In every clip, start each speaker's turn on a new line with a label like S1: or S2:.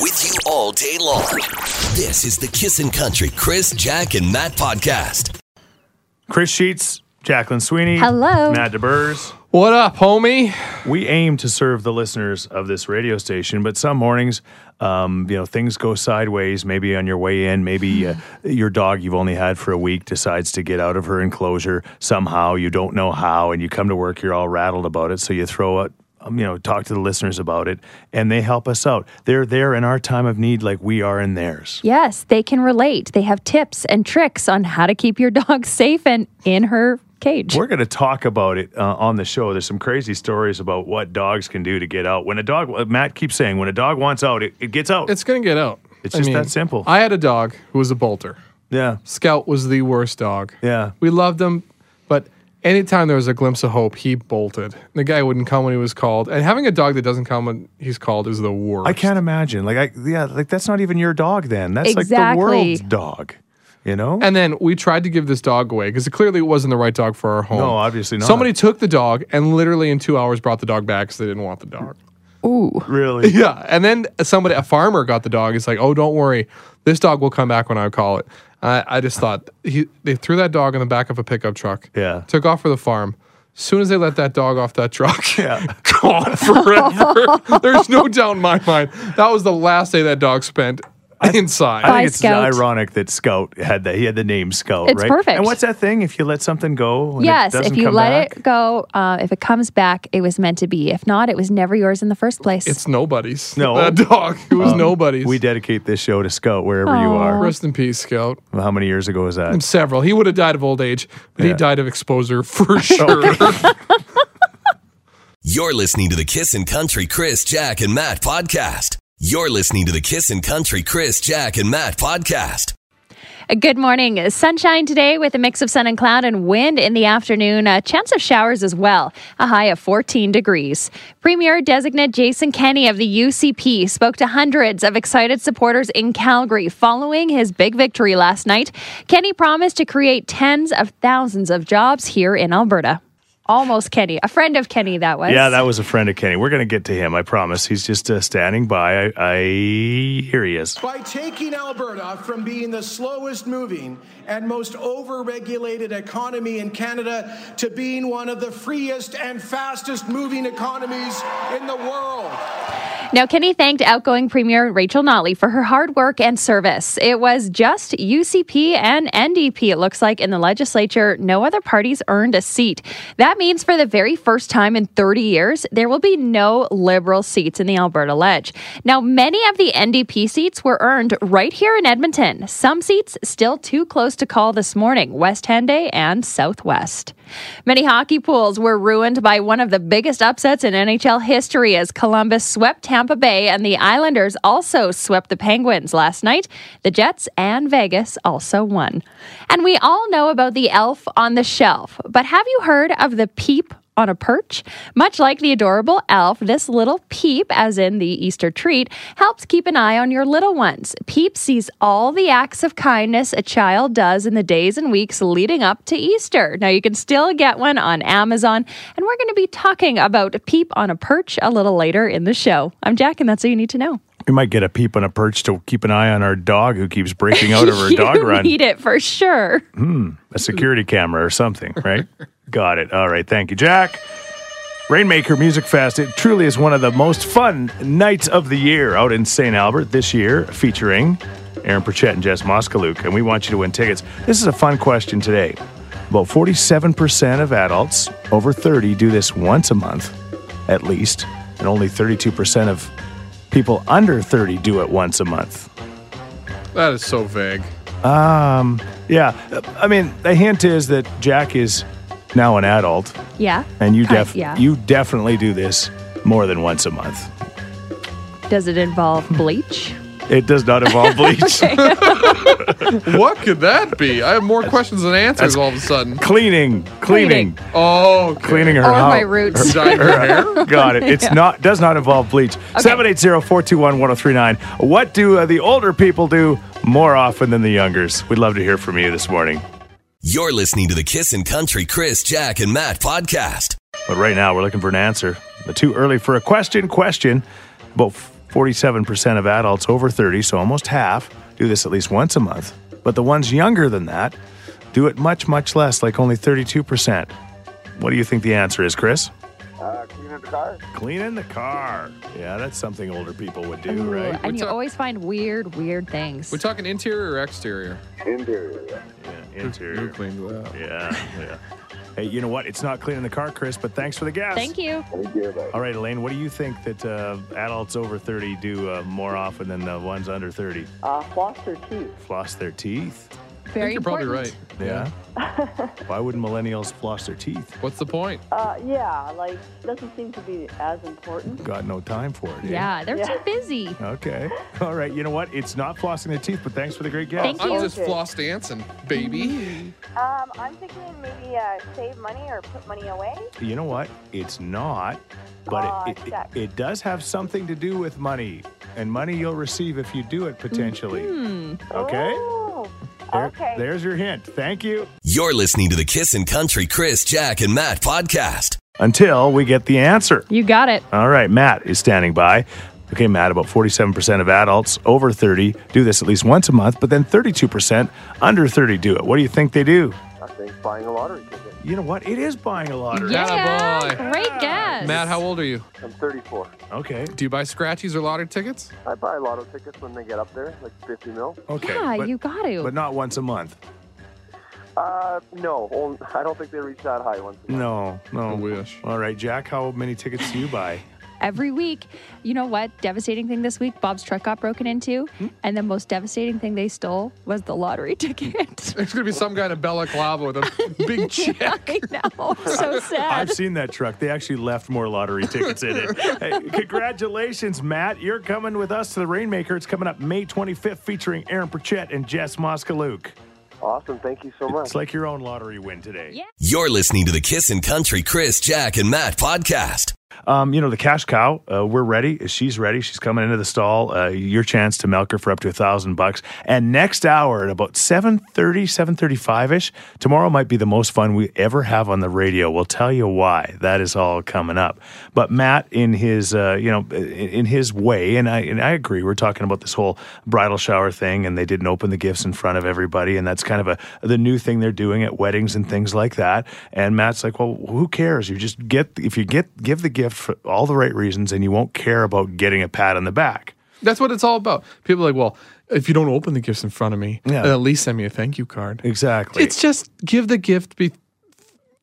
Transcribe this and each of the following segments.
S1: with you all day long. This is the Kissin' Country Chris, Jack, and Matt podcast.
S2: Chris Sheets, Jacqueline Sweeney.
S3: Hello.
S2: Matt DeBurs.
S4: What up, homie?
S2: We aim to serve the listeners of this radio station, but some mornings, um, you know, things go sideways. Maybe on your way in, maybe uh, your dog you've only had for a week decides to get out of her enclosure somehow. You don't know how, and you come to work, you're all rattled about it. So you throw out, um, you know, talk to the listeners about it, and they help us out. They're there in our time of need, like we are in theirs.
S3: Yes, they can relate. They have tips and tricks on how to keep your dog safe and in her cage.
S2: We're going to talk about it uh, on the show. There's some crazy stories about what dogs can do to get out. When a dog, uh, Matt keeps saying, when a dog wants out, it, it gets out.
S4: It's gonna get out.
S2: It's just that simple.
S4: I had a dog who was a bolter.
S2: yeah,
S4: Scout was the worst dog.
S2: yeah.
S4: We loved him, but anytime there was a glimpse of hope, he bolted. The guy wouldn't come when he was called, and having a dog that doesn't come when he's called is the worst.
S2: I can't imagine. Like, I yeah, like that's not even your dog. Then that's like the
S3: Exactly.
S2: world's dog. You know.
S4: And then we tried to give this dog away because it clearly wasn't the right dog for our home.
S2: No, obviously not.
S4: Somebody took the dog and literally in two hours brought the dog back because they didn't want the dog.
S3: Ooh.
S2: really.
S4: Yeah, and then somebody, a farmer, got the dog. It's like, oh, don't worry, this dog will come back when I call it. I, I just thought he, they threw that dog in the back of a pickup truck.
S2: Yeah.
S4: took off for the farm. Soon as they let that dog off that truck,
S2: Yeah.
S4: gone forever. There's no doubt in my mind that was the last day that dog spent inside.
S2: I
S3: Bye,
S2: think it's
S3: Scout.
S2: ironic that Scout had that. He had the name Scout,
S3: It's
S2: right?
S3: perfect.
S2: And what's that thing? If you let something go, and
S3: Yes,
S2: it doesn't
S3: if you
S2: come
S3: let
S2: back,
S3: it go, uh, if it comes back, it was meant to be. If not, it was never yours in the first place.
S4: it's nobody's.
S2: No. Um,
S4: that dog. It was nobody's.
S2: we dedicate this show to Scout wherever you are.
S4: Rest in peace, Scout.
S2: How many years ago was that?
S4: Several. He would have died of old age, but he
S2: Yeah.
S4: died of exposure for sure.
S1: You're listening to the Kissin' Country Chris, Jack, and Matt podcast. You're listening to the Kissin' Country Chris, Jack, and Matt podcast.
S3: Good morning. Sunshine today with a mix of sun and cloud and wind in the afternoon. A chance of showers as well. A high of 14 degrees. Premier designate Jason Kenney of the UCP spoke to hundreds of excited supporters in Calgary following his big victory last night. Kenny promised to create tens of thousands of jobs here in Alberta. Almost Kenny, a friend of Kenny that was.
S2: Yeah, that was a friend of Kenny. We're going to get to him, I promise. He's just uh, standing by. I, I here he is.
S5: By taking Alberta from being the slowest moving and most overregulated economy in Canada to being one of the freest and fastest moving economies in the world.
S3: Now, Kenny thanked outgoing Premier Rachel Notley for her hard work and service. It was just UCP and NDP, it looks like, in the legislature. No other parties earned a seat. That means for the very first time in 30 years, there will be no Liberal seats in the Alberta Ledge. Now, many of the NDP seats were earned right here in Edmonton. Some seats still too close to call this morning West Henday and Southwest. Many hockey pools were ruined by one of the biggest upsets in NHL history as Columbus swept Tampa Bay and the Islanders also swept the Penguins last night. The Jets and Vegas also won. And we all know about the elf on the shelf, but have you heard of the peep on a perch? Much like the adorable elf, this little peep, as in the Easter treat, helps keep an eye on your little ones. Peep sees all the acts of kindness a child does in the days and weeks leading up to Easter. Now, you can still get one on Amazon, and we're going to be talking about Peep on a Perch a little later in the show. I'm Jack, and that's all you need to know.
S2: We might get a peep on a perch to keep an eye on our dog who keeps breaking out of her
S3: you
S2: dog run.
S3: need it for sure.
S2: a security camera or something, right? Got it. All right. Thank you, Jack. Rainmaker Music Fest, it truly is one of the most fun nights of the year out in St. Albert this year, featuring Aaron Purchett and Jess Moskaluk, and we want you to win tickets. This is a fun question today. About 47% of adults over 30 do this once a month, at least, and only 32% of people under 30 do it once a month.
S4: that is so vague.
S2: Yeah, I mean, the hint is that Jack is now an adult.
S3: Yeah.
S2: And you
S3: Kind-
S2: def
S3: yeah.
S2: you definitely do this more than once a month.
S3: Does it involve bleach?
S2: It does not involve bleach.
S4: What could that be? I have more questions than answers all of a sudden.
S2: Cleaning, cleaning,
S3: Cleaning.
S4: Oh, okay.
S2: cleaning her
S3: Or
S2: out.
S3: my roots.
S4: Dyed her hair?
S2: Got it. It's not does not involve bleach. 780-421-1039. What do uh, the older people do more often than the youngers? We'd love to hear from you this morning.
S1: You're listening to the Kissin' Country Chris, Jack, and Matt podcast.
S2: But right now, we're looking for an answer. The too early for a question question. About 47% of adults over 30, so almost half, do this at least once a month. But the ones younger than that do it much, much less, like only 32%. What do you think the answer is, Chris?
S6: Uh, cleaning the car?
S2: Cleaning the car. Yeah, that's something older people would do,
S3: Ooh,
S2: right?
S3: And you
S4: talk-
S3: always find weird, weird things.
S4: We're talking interior or exterior?
S6: Interior, yeah.
S2: Yeah, interior.
S4: Who cleans that?
S2: Yeah, yeah. Hey, you know what? It's not cleaning the car, Chris, but thanks for the gas.
S3: Thank you.
S6: Thank you, bye.
S2: All right, Elaine, what do you think that uh, adults over 30 do uh, more often than the ones under 30?
S7: Uh, foster teeth.
S2: Floss their teeth.
S3: Very
S4: you're probably
S3: important.
S4: right.
S2: Yeah. Why wouldn't millennials floss their teeth?
S4: What's the point?
S7: Uh, yeah, like doesn't seem to be as important.
S2: Got no time for it. eh?
S3: Yeah, they're
S7: Yeah.
S3: too busy.
S2: Okay. All right. You know what? It's not flossing their teeth, but thanks for the great guess.
S3: Thank
S4: I'm
S3: you.
S4: just floss dancing, baby.
S8: Um, I'm thinking maybe uh, save money or put money away.
S2: You know what? It's not, but
S8: Aw,
S2: it, it, it,
S8: shucks.
S2: it does have something to do with money and money you'll receive if you do it potentially. Okay?
S8: Ooh.
S2: There-
S8: okay.
S2: There's your hint. Thank you.
S1: You're listening to the Kissin' Country Chris, Jack, and Matt podcast.
S2: Until we get the answer.
S3: You got it.
S2: All right, Matt is standing by. Okay, Matt, about 47% of adults over 30 do this at least once a month, but then 32% under 30 do it. What do you think they do?
S6: I think buying a lottery ticket.
S2: You know what? It is buying a lottery.
S4: Yeah.
S3: Yeah,
S4: boy.
S3: great guess.
S4: Matt, how old are you?
S6: I'm 34.
S2: Okay.
S4: Do you buy scratchies or lottery tickets?
S6: I buy lotto tickets when they get up there, like 50 mil.
S2: Okay.
S3: Yeah,
S2: but,
S3: you got to.
S2: but not once a month.
S6: Uh, no, on- I don't think they reach that high once. in a while.
S2: No, no.
S4: I wish.
S2: All right, Jack, how many tickets do you buy?
S3: Every week, you know what? Devastating thing this week Bob's truck got broken into. And the most devastating thing they stole was the lottery ticket.
S4: There's gonna be some guy in a balaclava with a big check.
S3: I know. It's so sad.
S2: I've seen that truck. They actually left more lottery tickets in it. Hey, congratulations, Matt. You're coming with us to the Rainmaker. It's coming up May 25th featuring Aaron Burchett and Jess Moskaluk.
S6: Awesome. Thank you so much.
S2: It's like your own lottery win today.
S3: Yeah.
S1: You're listening to the Kissin' Country Chris, Jack, and Matt podcast.
S2: Um, you know, the cash cow, uh, we're ready. She's ready. She's coming into the stall. Uh, your chance to milk her for up to a thousand bucks. And next hour at about 730, 735-ish, tomorrow might be the most fun we ever have on the radio. We'll tell you why. That is all coming up. But Matt, in his, uh, you know, in, in his way, and I, and I agree, we're talking about this whole bridal shower thing and they didn't open the gifts in front of everybody. And that's kind of a, the new thing they're doing at weddings and things like that. And Matt's like, well, who cares? You just get, if you get, give the gift for all the right reasons and you won't care about getting a pat on the back.
S4: That's what it's all about. People are like, well, if you don't open the gifts in front of me,
S2: Yeah.
S4: at least send me a thank you card.
S2: Exactly.
S4: It's just give the gift. Be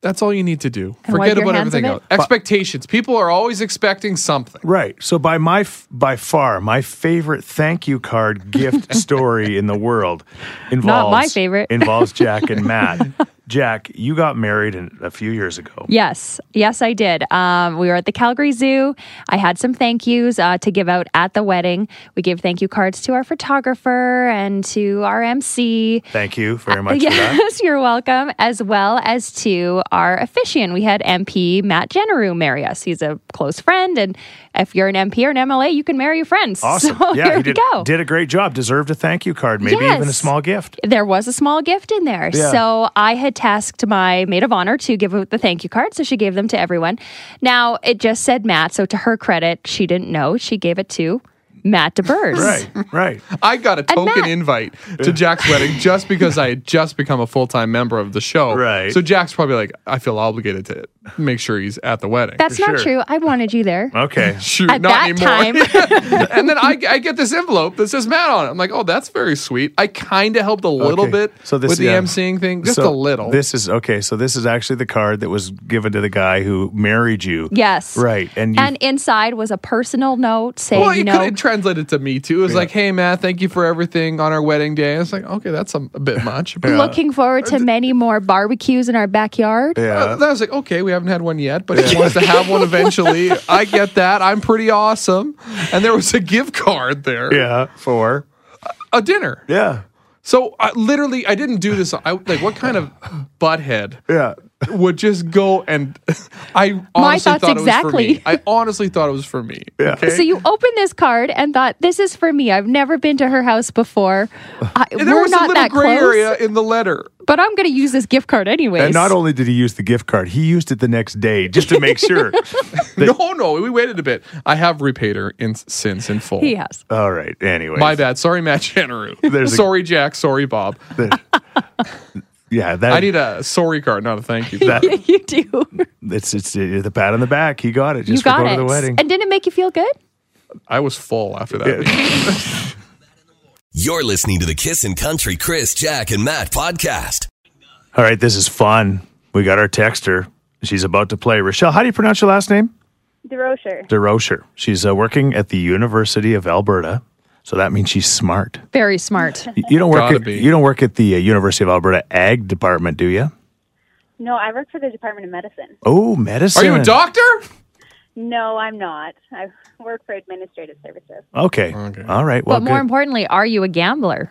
S4: that's all you need to do.
S3: And wipe
S4: Forget
S3: your
S4: about
S3: hands of
S4: everything
S3: it.
S4: else. Expectations. People are always expecting something.
S2: Right. So by my f- by far my favorite thank you card gift story in the world involves
S3: my favorite.
S2: involves Jack and Matt. Jack, you got married in, a few years ago.
S3: Yes, yes, I did. Um, we were at the Calgary Zoo. I had some thank yous uh, to give out at the wedding. We gave thank you cards to our photographer and to our MC.
S2: Thank you very much for that.
S3: Uh, Yes, you're welcome. As well as to our officiant, we had MP Matt Jenneru marry us. He's a close friend, and if you're an MP or an MLA, you can marry your friends.
S2: Awesome.
S3: So
S2: yeah,
S3: there
S2: he
S3: you
S2: did,
S3: go.
S2: did a great job. Deserved a thank you card, maybe even a
S3: Yes.
S2: small gift.
S3: There was a small gift in there.
S2: Yeah.
S3: So I had tasked my maid of honor to give out the thank you card. So she gave them to everyone. Now it just said Matt. So to her credit, she didn't know. She gave it to Matt DeBurs.
S2: Right. Right.
S4: I got a token
S3: Matt-
S4: invite to Jack's wedding just because I had just become a full time member of the show.
S2: Right.
S4: So Jack's probably like, I feel obligated to make sure he's at the wedding.
S3: That's
S2: For
S3: not
S2: sure.
S3: true. I wanted you there.
S2: Okay.
S4: Shoot,
S3: At
S4: not
S3: that
S4: anymore. and then I, I get this envelope that says Matt on it. I'm like, oh, that's very sweet. I kind of helped a little
S2: Okay.
S4: bit
S2: So this-
S4: with the
S2: yeah.
S4: emceeing thing, just
S2: So
S4: a little.
S2: This is okay. So this is actually the card that was given to the guy who married you.
S3: Yes.
S2: Right. And you,
S3: And inside was a personal note saying,
S4: well,
S3: you
S4: you could
S3: know,
S4: have translated to me too. It was like, hey, Matt, thank you for everything on our wedding day. I was like, okay, that's a, a bit much. But
S2: Uh,
S3: looking forward to many more barbecues in our backyard.
S2: yeah.
S4: uh, I was like, okay, we haven't had one yet, but he wants to have one eventually. I get that. I'm pretty awesome. And there was a gift card there,
S2: Yeah. Four.
S4: a dinner.
S2: Yeah.
S4: So I, literally, I didn't do this. I like, what kind of butthead
S2: Yeah.
S4: would just go and I honestly
S3: My thoughts
S4: thought
S3: exactly.
S4: it was for me. I honestly thought it was for me.
S2: Yeah.
S4: Okay?
S3: So you opened this card and thought, "This is for me. I've never been to her house before. I,
S4: And there
S3: we're
S4: was a
S3: not
S4: little
S3: that
S4: gray
S3: close,
S4: area in the letter.
S3: but I'm going to use this gift card anyways."
S2: And not only did he use the gift card, he used it the next day just to make sure.
S4: no, no, we waited a bit. I have repaid her in, since in full.
S3: he has.
S2: All right. Anyway.
S4: My bad. Sorry, Matt Jenneru.
S2: There's a-
S4: sorry, Jack. Sorry, Bob.
S2: Yeah. That,
S4: I need a sorry card, not a thank you.
S2: that,
S3: you do.
S2: it's, it's uh, the pat on the back. He got it.
S3: You
S2: Just for
S3: got
S2: going
S3: it.
S2: to the wedding.
S3: And did it make you feel good?
S4: I was full after that. meeting.
S1: You're listening to the Kissin' Country Chris, Jack, and Matt podcast.
S2: All right. This is fun. We got our texter. She's about to play. Rochelle, how do you pronounce your last name?
S8: DeRocher.
S2: DeRocher. She's uh, working at the University of Alberta. So that means she's smart.
S3: Very smart.
S2: Y- You don't work.
S4: Gotta
S2: At,
S4: be.
S2: you don't work at the uh, University of Alberta Ag Department, do you?
S8: No, I work for the Department of Medicine.
S2: Oh, medicine.
S4: Are you a doctor?
S8: No, I'm not. I work for administrative services.
S2: Okay. All right. Well,
S3: but more
S2: good.
S3: importantly, are you a gambler?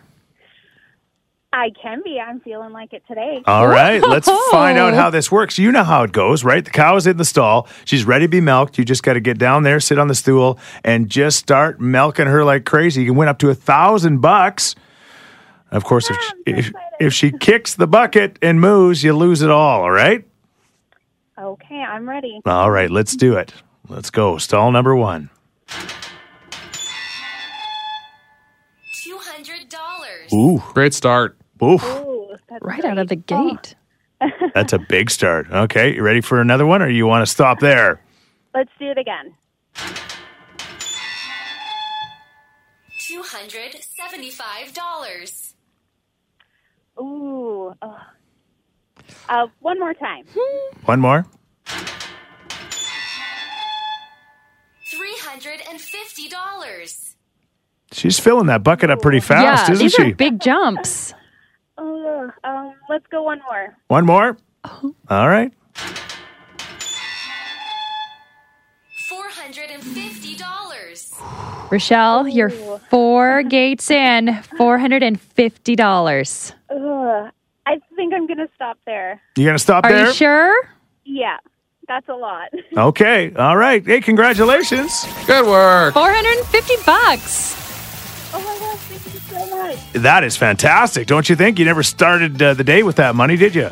S8: I can be. I'm feeling like it today.
S2: All right, let's
S3: Whoa.
S2: find out how this works. You know how it goes, right? The cow is in the stall. She's ready to be milked. You just got to get down there, sit on the stool, and just start milking her like crazy. You can win up to a thousand bucks. Of course, if, if if she kicks the bucket and moves, you lose it all. All right.
S8: Okay, I'm ready.
S2: All right. Let's do it. Let's go. Stall number one.
S9: $200.
S2: Ooh,
S4: Great start.
S2: oof.
S8: Ooh, that's
S3: Right
S8: great.
S3: out of the
S8: Oh,
S3: gate.
S2: That's a big start. Okay, you ready for another one, or you want to stop there?
S8: let's do it again.
S9: $275.
S8: Ooh. Oh. Uh, one more time.
S2: One more.
S9: $350.
S2: She's filling that bucket up pretty fast,
S3: yeah,
S2: isn't
S3: these
S2: she?
S3: are big jumps.
S8: Ugh. um, let's go one more.
S2: One more.
S3: Oh.
S2: All right.
S9: $450.
S3: Rochelle, you're four gates in, four hundred and fifty dollars.
S8: Ugh. I think I'm going to stop there.
S2: You gonna stop
S3: Are
S2: there?
S3: you sure?
S8: Yeah, that's a lot.
S2: Okay. All right. Hey, congratulations.
S4: Good work.
S3: Four hundred and fifty bucks.
S8: oh my gosh, thank you so much.
S2: That is fantastic, don't you think? You never started uh, the day with that money, did you?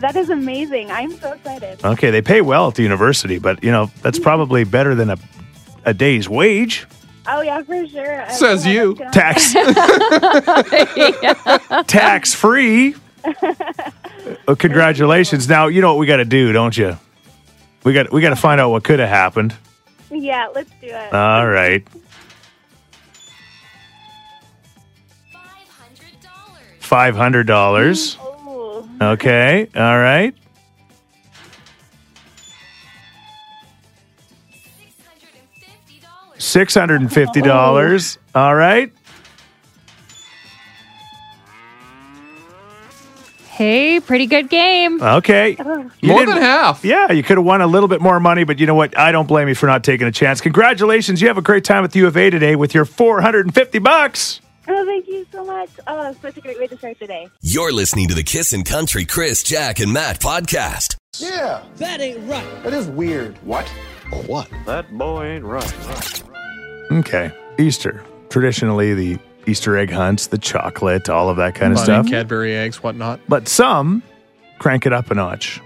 S8: That is amazing. I'm so excited.
S2: Okay, they pay well at the university, but you know that's probably better than a a day's wage.
S8: Oh yeah, for sure. I
S4: Says
S8: love
S4: you.
S8: it.
S2: Tax tax free. Well, Uh, congratulations. Now you know what we got to do, don't you? We got we got to find out what could have happened.
S8: Yeah, let's do it.
S2: All right.
S9: $500.
S2: Five hundred dollars.
S8: oh,
S2: Okay. All right.
S9: $650.
S2: Six hundred and fifty dollars. All right.
S3: Hey, pretty good game.
S2: Okay. You
S4: More
S2: didn't-
S4: than half.
S2: Yeah, you could have won a little bit more money, but you know what? I don't blame you for not taking a chance. Congratulations. You have a great time at the U of A today with your 450 bucks.
S8: oh, thank you so much. Oh, it's such a great way to start the day.
S1: You're listening to the Kissin' Country Chris, Jack, and Matt podcast.
S5: Yeah. That ain't right. That is weird. What? What?
S6: That boy ain't right.
S2: Okay. Easter. Traditionally, the Easter egg hunts, the chocolate, all of that kind of
S4: Bunny,
S2: stuff.
S4: Cadbury eggs, whatnot.
S2: But some crank it up a notch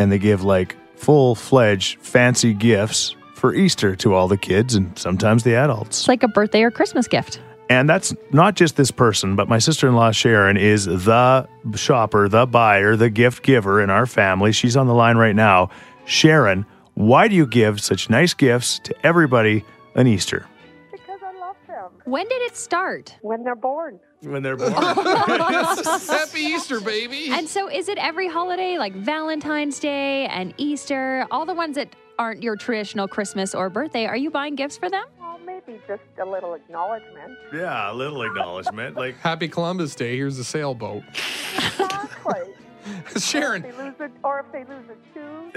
S2: and they give like full fledged fancy gifts for Easter to all the kids and sometimes the adults.
S3: It's like a birthday or Christmas gift.
S2: And that's not just this person, but my sister in law, Sharon, is the shopper, the buyer, the gift giver in our family. She's on the line right now. Sharon, why do you give such nice gifts to everybody on Easter?
S10: Because I love them.
S3: When did it start?
S10: When they're born,
S2: When they're born.
S4: Happy Easter, baby.
S3: And so, is it every holiday, like Valentine's Day and Easter, all the ones that aren't your traditional Christmas or birthday? Are you buying gifts for them?
S10: well, maybe just a little acknowledgement.
S2: yeah, a little acknowledgement. Like,
S4: Happy Columbus Day. Here's the sailboat.
S10: Exactly.
S4: Sharon,
S10: If they lose it, or if they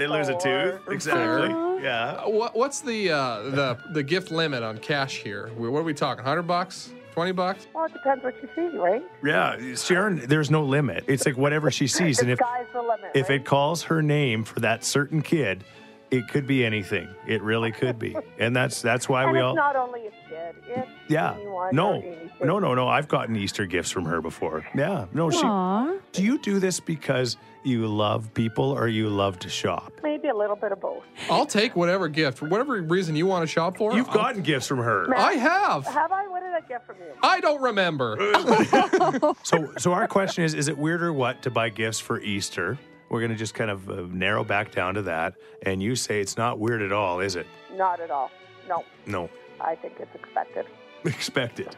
S10: lose a tooth. or-
S2: Exactly. Yeah.
S4: What, what's the uh, the the gift limit on cash here? We- What are we talking? Hundred bucks? 20 bucks?
S10: Well, it depends what you see, right?
S2: Yeah, Sharon, there's no limit. It's like whatever she sees, and if
S10: Sky's the limit.
S2: if
S10: right?
S2: it calls her name for that certain kid, it could be anything. It really could be, and that's that's why
S10: and
S2: we
S10: it's
S2: all
S10: not only a kid, it's
S2: yeah
S10: anyone
S2: no
S10: or anything.
S2: no no no. I've gotten Easter gifts from her before. Yeah no she.
S3: Aw.
S2: Do you do this because you love people or you love to shop?
S10: Maybe a little bit of both.
S4: I'll take whatever gift, for whatever reason you want to shop for.
S2: You've
S4: I'll-
S2: gotten gifts from her.
S4: I have.
S10: Have I? What did I get from you?
S4: I don't remember.
S2: So, so our question is: Is it weird or what to buy gifts for Easter? We're going to just kind of uh, narrow back down to that, and you say it's not weird at all, is it?
S10: Not at all. No,
S2: No,
S10: I think it's expected.
S2: expect it.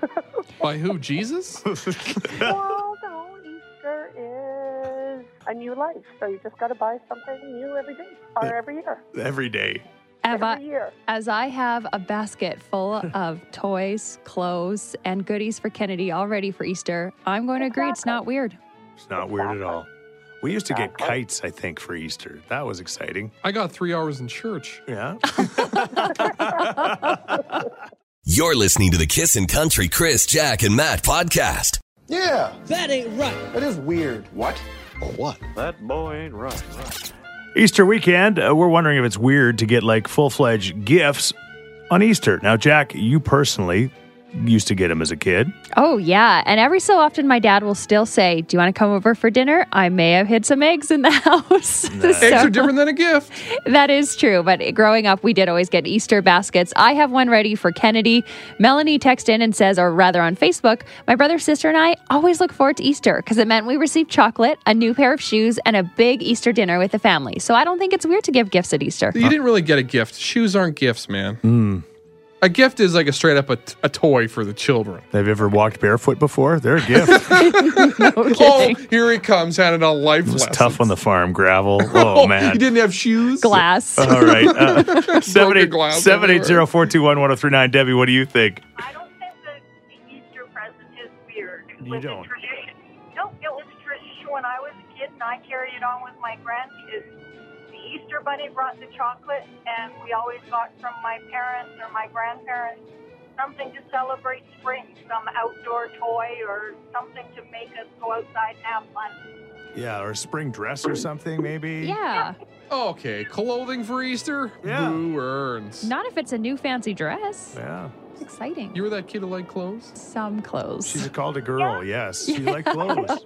S4: By who? Jesus?
S10: well, no, Easter is a new life, so you just got to buy something new every day or every year.
S2: Every day.
S3: Eva,
S10: Every year.
S3: as I have a basket full of toys, clothes, and goodies for Kennedy already for Easter, I'm going to agree it's not weird.
S2: It's not weird at all. We used to get kites, I think, for Easter. That was exciting.
S4: I got three hours in church.
S2: Yeah.
S1: You're listening to the Kissin' Country Chris, Jack, and Matt podcast.
S5: Yeah. That ain't right. That is weird. What? What?
S6: That boy ain't right.
S2: Easter weekend, uh, we're wondering if it's weird to get like full fledged gifts on Easter. Now, Jack, you personally used to get them as a kid.
S3: Oh, yeah. And every so often, my dad will still say, Do you want to come over for dinner? I may have hid some eggs in the house. So-
S4: Eggs are different than a gift.
S3: That is true. But growing up, we did always get Easter baskets. I have one ready for Kennedy. Melanie texted in and says, or rather on Facebook, my brother, sister, and I always look forward to Easter because it meant we received chocolate, a new pair of shoes, and a big Easter dinner with the family. So I don't think it's weird to give gifts at Easter.
S4: You didn't really get a gift. Shoes aren't gifts, man.
S2: Hmm.
S4: A gift is like a straight up a, t- a toy for the children.
S2: Have you ever walked barefoot before? They're a gift.
S4: Oh, here he comes, handing out life
S2: It's
S4: lessons.
S2: tough on the farm, gravel. Oh, man.
S4: You didn't have shoes?
S3: Glass.
S2: All right. Uh,
S4: glass
S2: 780 421 1039. Debbie, what do you think?
S10: I don't think that the Easter present is weird. It
S2: You
S10: was a
S2: don't?
S10: tradition. No, it was a tradition when I was a kid, and I carried it on with my grandkids. The Easter Bunny brought the chocolate, and we always got from my parents or my grandparents something to celebrate spring, some outdoor toy or something to make us go outside and have fun.
S2: Yeah, or spring dress or something, maybe?
S3: Yeah.
S4: Okay, clothing for Easter?
S2: Yeah.
S4: Who earns?
S3: Not if it's a new fancy dress.
S2: Yeah.
S3: It's exciting.
S4: You were that kid who liked clothes?
S3: Some clothes.
S2: She's called a girl, yes. She likes clothes.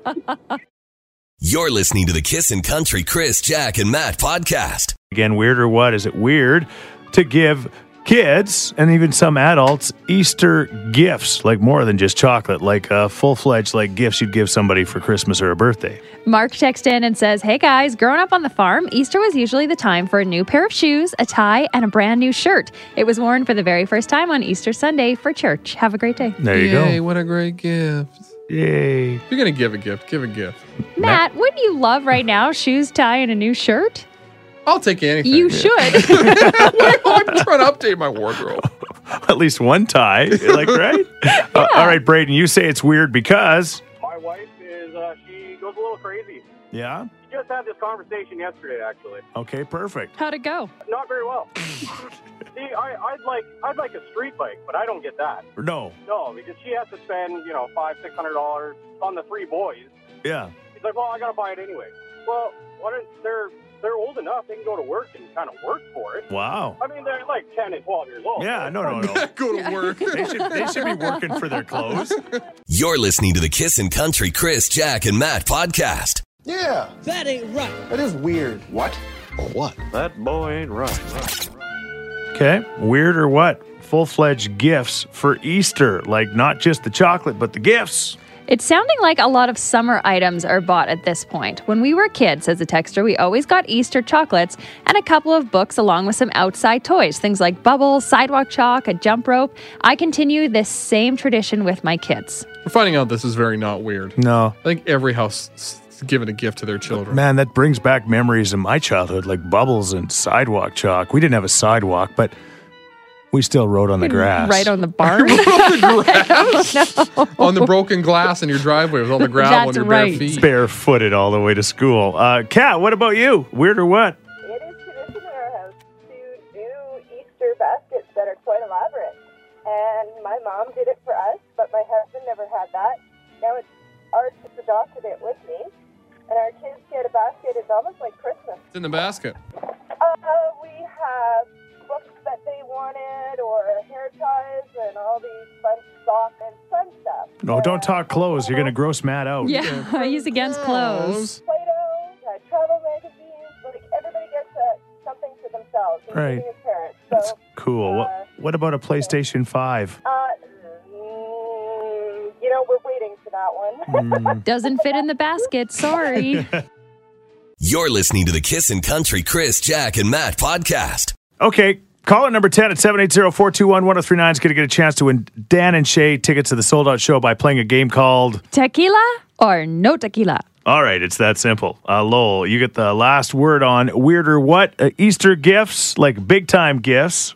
S1: You're listening to the Kissin' Country Chris, Jack, and Matt podcast.
S2: Again, weird or what? Is it weird to give kids and even some adults Easter gifts, like more than just chocolate, like uh, full fledged like gifts you'd give somebody for Christmas or a birthday?
S3: Mark texts in and says, Hey guys, growing up on the farm, Easter was usually the time for a new pair of shoes, a tie, and a brand new shirt. It was worn for the very first time on Easter Sunday for church. Have a great day.
S2: There you
S4: Yay,
S2: go.
S4: what a great gift.
S2: Yay.
S4: You're going to give a gift. Give a gift.
S3: Matt, wouldn't you love right now shoes, tie, and a new shirt?
S4: I'll take anything.
S3: You should.
S4: I'm trying to update my wardrobe.
S2: At least one tie. Like, right? Uh, all right, Braden, you say it's weird because.
S6: My wife is, uh, she goes a little crazy.
S2: Yeah.
S6: She just had this conversation yesterday, actually.
S2: Okay, perfect.
S3: How'd it go?
S6: Not very well. See, I, I'd like, I'd like a street bike, but I don't get that.
S2: No.
S6: No, because she has to spend, you know, five, six hundred dollars on the three boys.
S2: Yeah.
S6: She's like, well, I gotta buy it anyway. Well, why don't they're they're old enough? They can go to work and kind of work for it.
S2: Wow.
S6: I mean, they're like ten and twelve years old.
S2: Yeah, no, no, no.
S4: Go to work.
S2: They should, they should be working for their clothes.
S1: You're listening to the Kissin' Country Chris, Jack, and Matt podcast.
S5: Yeah. That ain't right. That is weird. What? What?
S6: That boy ain't right.
S2: Okay. Weird or what? Full fledged gifts for Easter. Like, not just the chocolate, but the gifts.
S3: It's sounding like a lot of summer items are bought at this point. When we were kids, says a texter, we always got Easter chocolates and a couple of books along with some outside toys, things like bubbles, sidewalk chalk, a jump rope. I continue this same tradition with my kids.
S4: We're finding out this is very not weird.
S2: No.
S4: I think every house is giving a gift to their children.
S2: Man, that brings back memories of my childhood, like bubbles and sidewalk chalk. We didn't have a sidewalk, but we still rode on the grass.
S3: Right on the Oh, barn.
S4: on the broken glass in your driveway with all the gravel on
S3: That's
S4: your bare
S3: right.
S4: feet.
S2: Barefooted all the way to school. Uh, Kat, what about you? Weird or what?
S10: It is tradition in our house to do Easter baskets that are quite elaborate.
S11: and my mom did it for us, but my husband never had that. Now it's ours has adopted it with me, and our kids get a basket. It's almost like Christmas.
S4: It's in the basket.
S11: Uh, we have books that they wanted, or hair ties, and all these fun socks and fun stuff.
S2: No, don't talk clothes. You're going to gross Matt out.
S3: Yeah, he's against clothes.
S11: Play-Doh, we had uh, travel magazines. Like everybody gets uh something for themselves, including
S2: Right.
S11: his parents. So.
S2: That's cool. What, what about a PlayStation 5?
S11: Uh, mm, you know, we're waiting for that one.
S3: Doesn't fit in the basket. Sorry.
S1: You're listening to the Kissin' Country Chris, Jack, and Matt podcast.
S2: Okay. Caller number 10 at 780 421 1039 is going oh to get a chance to win Dan and Shay tickets to the sold out show by playing a game called.
S3: tequila or no tequila?
S2: All right, it's that simple. Uh, Lowell, you get the last word on weirder what? Uh, Easter gifts, like big time gifts.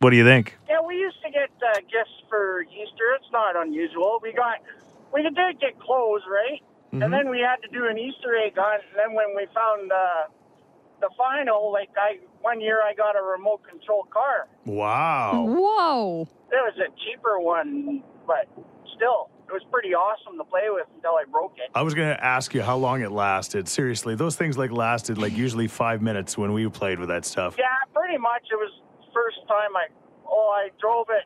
S2: What do you think?
S6: Yeah, we used to get uh, gifts for Easter. It's not unusual. We got, we did get clothes, right?
S2: Mhm.
S6: And then we had to do an Easter egg hunt. And then when we found uh, the final, like I one year I got a remote control car.
S2: Wow.
S3: Whoa.
S6: It was a cheaper one, but still, it was pretty awesome to play with until I broke it.
S2: I was going to ask you how long it lasted. Seriously, those things like lasted like usually five minutes when we played with that stuff.
S6: Yeah, pretty much. It was first time I, oh, I drove it,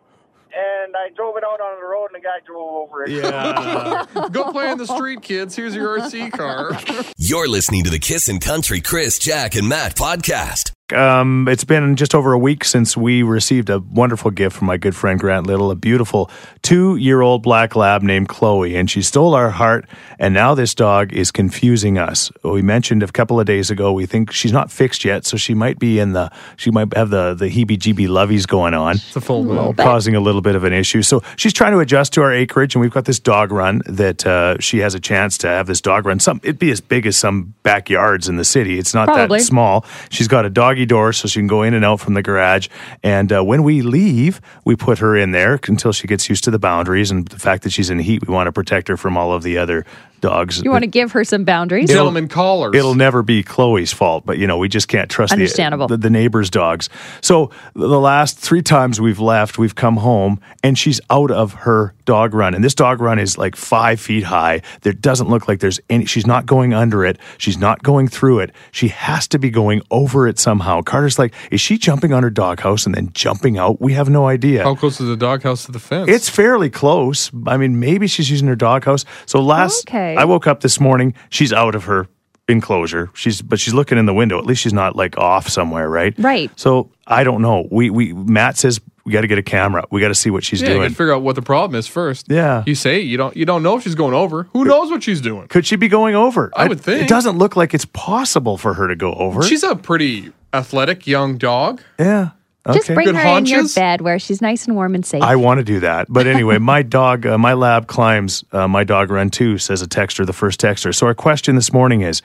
S6: and I drove it out on the road, and the guy drove over it.
S2: Yeah.
S4: Go play in the street, kids. Here's your RC car.
S1: You're listening to the Kissin' Country Chris, Jack, and Matt podcast.
S2: Um, it's been just over a week since we received a wonderful gift from my good friend Grant Little, a beautiful two year old black lab named Chloe. And she stole our heart. And now this dog is confusing us. We mentioned a couple of days ago, we think she's not fixed yet. So she might be in the, she might have the, the heebie jeebie lovies going on. It's
S4: a full
S2: well, causing a little bit of an issue. So she's trying to adjust to our acreage, and we've got this dog run that uh, she has a chance to have this dog run. Some it'd be as big as some backyards in the city. It's not
S12: Probably.
S2: that small. She's got a doggy door, so she can go in and out from the garage. And uh, when we leave, we put her in there until she gets used to the boundaries and the fact that she's in heat. We want to protect her from all of the other dogs.
S3: You want to give her some boundaries?
S4: callers.
S2: It'll never be Chloe's fault, but you know we just can't trust
S3: Understandable.
S2: The, the, the neighbors' dogs. So the last three times we've left, we've come home and she's out of her dog run, and this dog run is like five feet high. There doesn't look like there's any. She's not going under it. She's not going through it. She has to be going over it somehow. Carter's like, is she jumping on her doghouse and then jumping out? We have no idea.
S4: How close is the doghouse to the fence?
S2: It's fairly close. I mean, maybe she's using her doghouse. So last
S4: Okay.
S2: I woke up this morning, she's out of her enclosure. She's but she's looking in the window. At least she's not like off somewhere, right?
S3: Right.
S2: So I don't know. We we Matt says we got to get a camera. We got to see what she's
S4: yeah, You
S2: doing.
S4: gotta figure out what the problem is first.
S2: Yeah.
S4: You say you don't you don't know if she's going over. Who knows what she's doing?
S2: Could she be going over?
S4: I would think.
S2: it doesn't look like it's possible for her to go over.
S4: She's a pretty athletic young dog.
S2: yeah.
S3: Just
S2: Okay.
S3: bring her in your bed where she's nice and warm and safe.
S2: I want to do that. But anyway, my dog, uh, my lab climbs, uh, my dog run too, says a texter, the first texter. So our question this morning is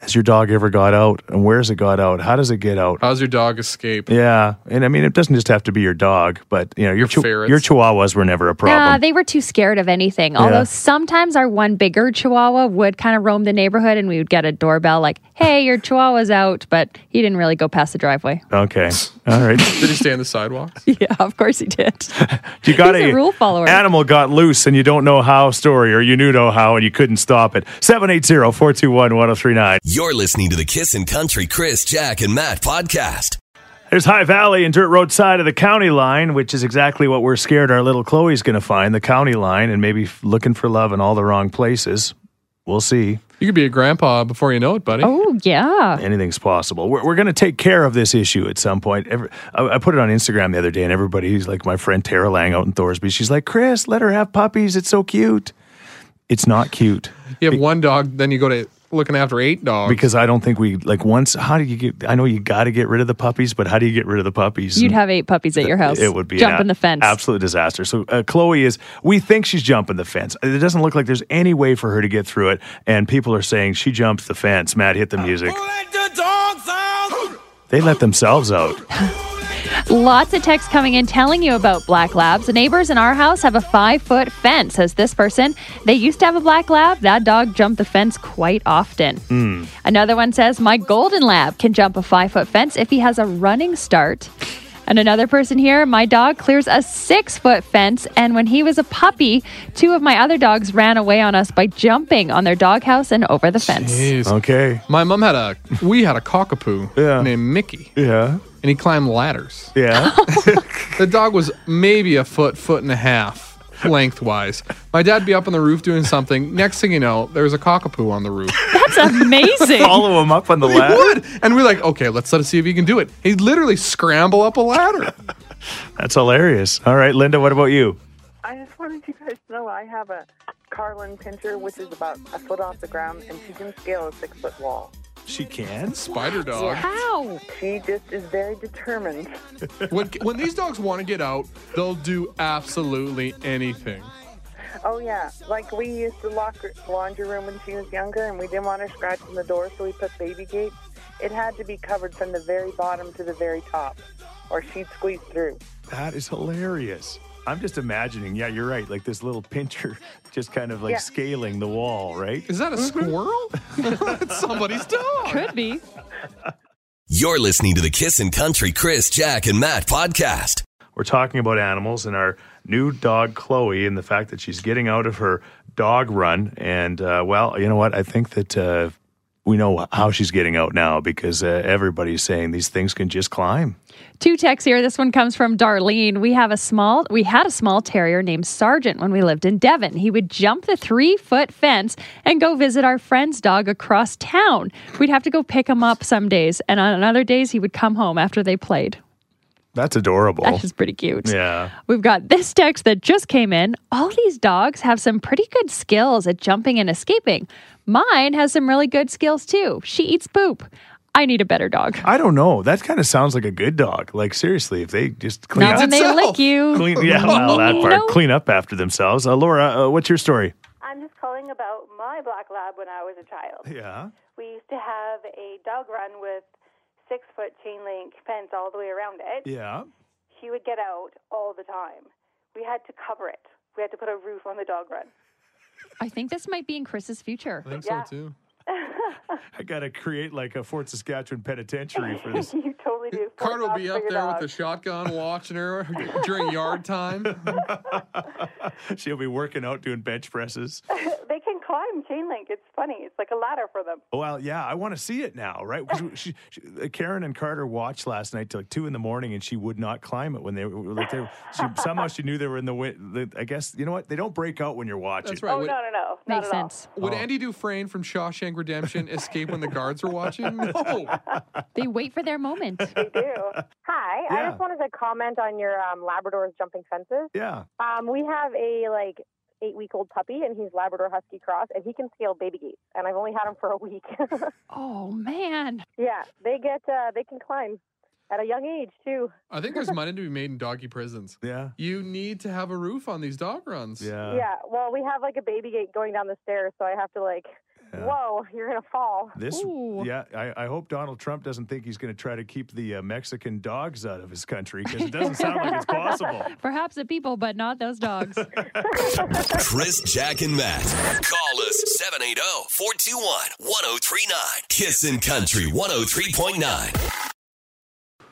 S2: Has your dog ever got out? And where's it got out? How does it get out?
S4: How's your dog escape?
S2: Yeah. And I mean, it doesn't just have to be your dog, but you know, your, chi-
S4: ferrets.
S2: your chihuahuas were never a problem.
S3: Nah, they were too scared of anything.
S2: Yeah.
S3: Although sometimes our one bigger chihuahua would kind of roam the neighborhood and we would get a doorbell like, hey, your chihuahua's out. But he didn't really go past the driveway.
S2: okay. All right.
S4: Did he stay on the sidewalk?
S3: Yeah, of course he did.
S2: You got
S3: He's a rule follower.
S2: Animal got loose and you don't know how story, or you knew know how and you couldn't stop it. 780 421 1039.
S1: You're listening to the Kissin' Country Chris, Jack, and Matt podcast.
S2: There's High Valley and Dirt Road side of the county line, which is exactly what we're scared our little Chloe's going to find the county line and maybe f- looking for love in all the wrong places. We'll see.
S4: You could be a grandpa before you know it, buddy.
S3: Oh, yeah.
S2: Anything's possible. We're, we're going to take care of this issue at some point. Every, I, I put it on Instagram the other day, and everybody's like, my friend Tara Lang out in Thorsby, she's like, Chris, let her have puppies. It's so cute. It's not cute.
S4: You have one dog, then you go to looking after eight dogs.
S2: Because I don't think we like once. How do you get? I know you got to get rid of the puppies, but how do you get rid of the puppies?
S3: You'd
S2: And-
S3: have eight puppies at your house.
S2: It would be
S3: Jump
S2: an
S3: in the fence.
S2: Absolute disaster. So uh, Chloe is. We think she's jumping the fence. It doesn't look like there's any way for her to get through it. And people are saying she jumps the fence. Matt, hit the music. They let themselves out.
S3: Lots of texts coming in telling you about black labs. The neighbors in our house have a five foot fence, says this person. They used to have a black lab. That dog jumped the fence quite often.
S13: Hmm.
S3: Another one says, My golden lab can jump a five foot fence if he has a running start. And another person here, my dog clears a six foot fence. And when he was a puppy, two of my other dogs ran away on us by jumping on their doghouse and over the fence.
S2: Okay.
S4: My mom had a, we had a cockapoo named Mickey.
S2: Yeah.
S4: And he climbed ladders.
S2: Yeah.
S4: the dog was maybe a foot, foot and a half lengthwise. My dad'd be up on the roof doing something. Next thing you know, there was a cockapoo on the roof.
S3: That's amazing.
S2: Follow him up on the
S4: he
S2: ladder.
S4: would. And we're like, okay, let's let us see if he can do it. He'd literally scramble up a ladder.
S2: That's hilarious. All right, Linda, what about you?
S11: I just wanted you guys to know I have a Carlin pincher, which is about a foot off the ground, and she can scale a six foot wall.
S2: She can.
S4: Spider dog.
S3: How?
S11: She just is very determined.
S4: When, when these dogs want to get out, they'll do absolutely anything.
S11: Oh yeah, like we used the locker, laundry room when she was younger, and we didn't want her scratching the door, so we put baby gates. It had to be covered from the very bottom to the very top, or she'd squeeze through.
S2: That is hilarious. I'm just imagining. Yeah, you're right. Like this little pincher just kind of like
S11: Yeah.
S2: scaling the wall, right?
S4: Is that a squirrel? it's somebody's dog.
S3: Could be.
S1: You're listening to the Kissin' Country Chris, Jack, and Matt podcast.
S2: We're talking about animals and our new dog, Chloe, and the fact that she's getting out of her dog run. And, uh, well, you know what? I think that uh, we know how she's getting out now because uh, everybody's saying these things can just climb.
S3: Two texts here. This one comes from Darlene. We have a small we had a small terrier named Sergeant when we lived in Devon. He would jump the three foot fence and go visit our friend's dog across town. We'd have to go pick him up some days, and on other days he would come home after they played.
S2: That's adorable.
S3: That is pretty cute.
S2: yeah.
S3: We've got this text that just came in. All these dogs have some pretty good skills at jumping and escaping. Mine has some really good skills too. She eats poop. I need a better dog.
S2: I don't know. That kind of sounds like a good dog. Like, seriously, if they just clean
S3: Not
S2: up.
S3: when they
S4: itself.
S3: lick you.
S2: Clean, yeah, well, that part.
S3: No.
S2: Clean up after themselves. Uh, Laura, uh, what's your story?
S10: I'm just calling about my black lab when I was a child.
S2: Yeah.
S10: We used to have a dog run with six foot chain link fence all the way around it.
S2: Yeah.
S10: She would get out all the time. We had to cover it. We had to put a roof on the dog run.
S3: I think this might be in Chris's future.
S4: I think so too.
S2: I got to create like a Fort Saskatchewan penitentiary for this.
S10: you totally do. Four
S4: Card will
S10: dogs
S4: be
S10: for
S4: up
S10: your
S4: there
S10: dog.
S4: with the shotgun watching her during yard time.
S2: She'll be working out doing bench presses.
S10: They can climb chain link. It's funny. It's like a ladder for them.
S2: Well, yeah, I want to see it now, right? 'Cause she, she, uh, Karen and Carter watched last night till like two in the morning, and she would not climb it when they were like they, were- she, somehow she knew they were in the wind. I guess you know what? They don't break out when you're watching.
S4: That's right.
S10: Oh,
S4: Would-
S10: no, no, no. Not
S3: Makes
S10: at all.
S3: sense.
S4: Would Andy Dufresne from Shawshank Redemption escape when the guards are watching? No.
S3: They wait for their moment.
S10: They do.
S11: Hi,
S2: Yeah.
S11: I just wanted to comment on your um, Labrador's jumping fences.
S2: Yeah.
S11: Um, we have a like eight week old puppy, and he's Labrador Husky Cross, and he can scale baby gates. And I've only had him for a week.
S3: Oh man.
S11: yeah, they get uh, they can climb at a young age too.
S4: I think there's money to be made in doggy prisons.
S2: Yeah.
S4: You need to have a roof on these dog runs.
S2: Yeah.
S11: yeah, well, we have like a baby gate going down the stairs, so I have to like,
S2: Yeah.
S11: whoa, you're gonna fall.
S2: This,
S3: Ooh.
S2: yeah, I, I hope Donald Trump doesn't think he's going to try to keep the uh, Mexican dogs out of his country because it doesn't sound like it's possible.
S3: Perhaps the people, but not those dogs.
S1: Chris, Jack, and Matt. Call us oh, 780 421 1039. Kissin' Country 103.9.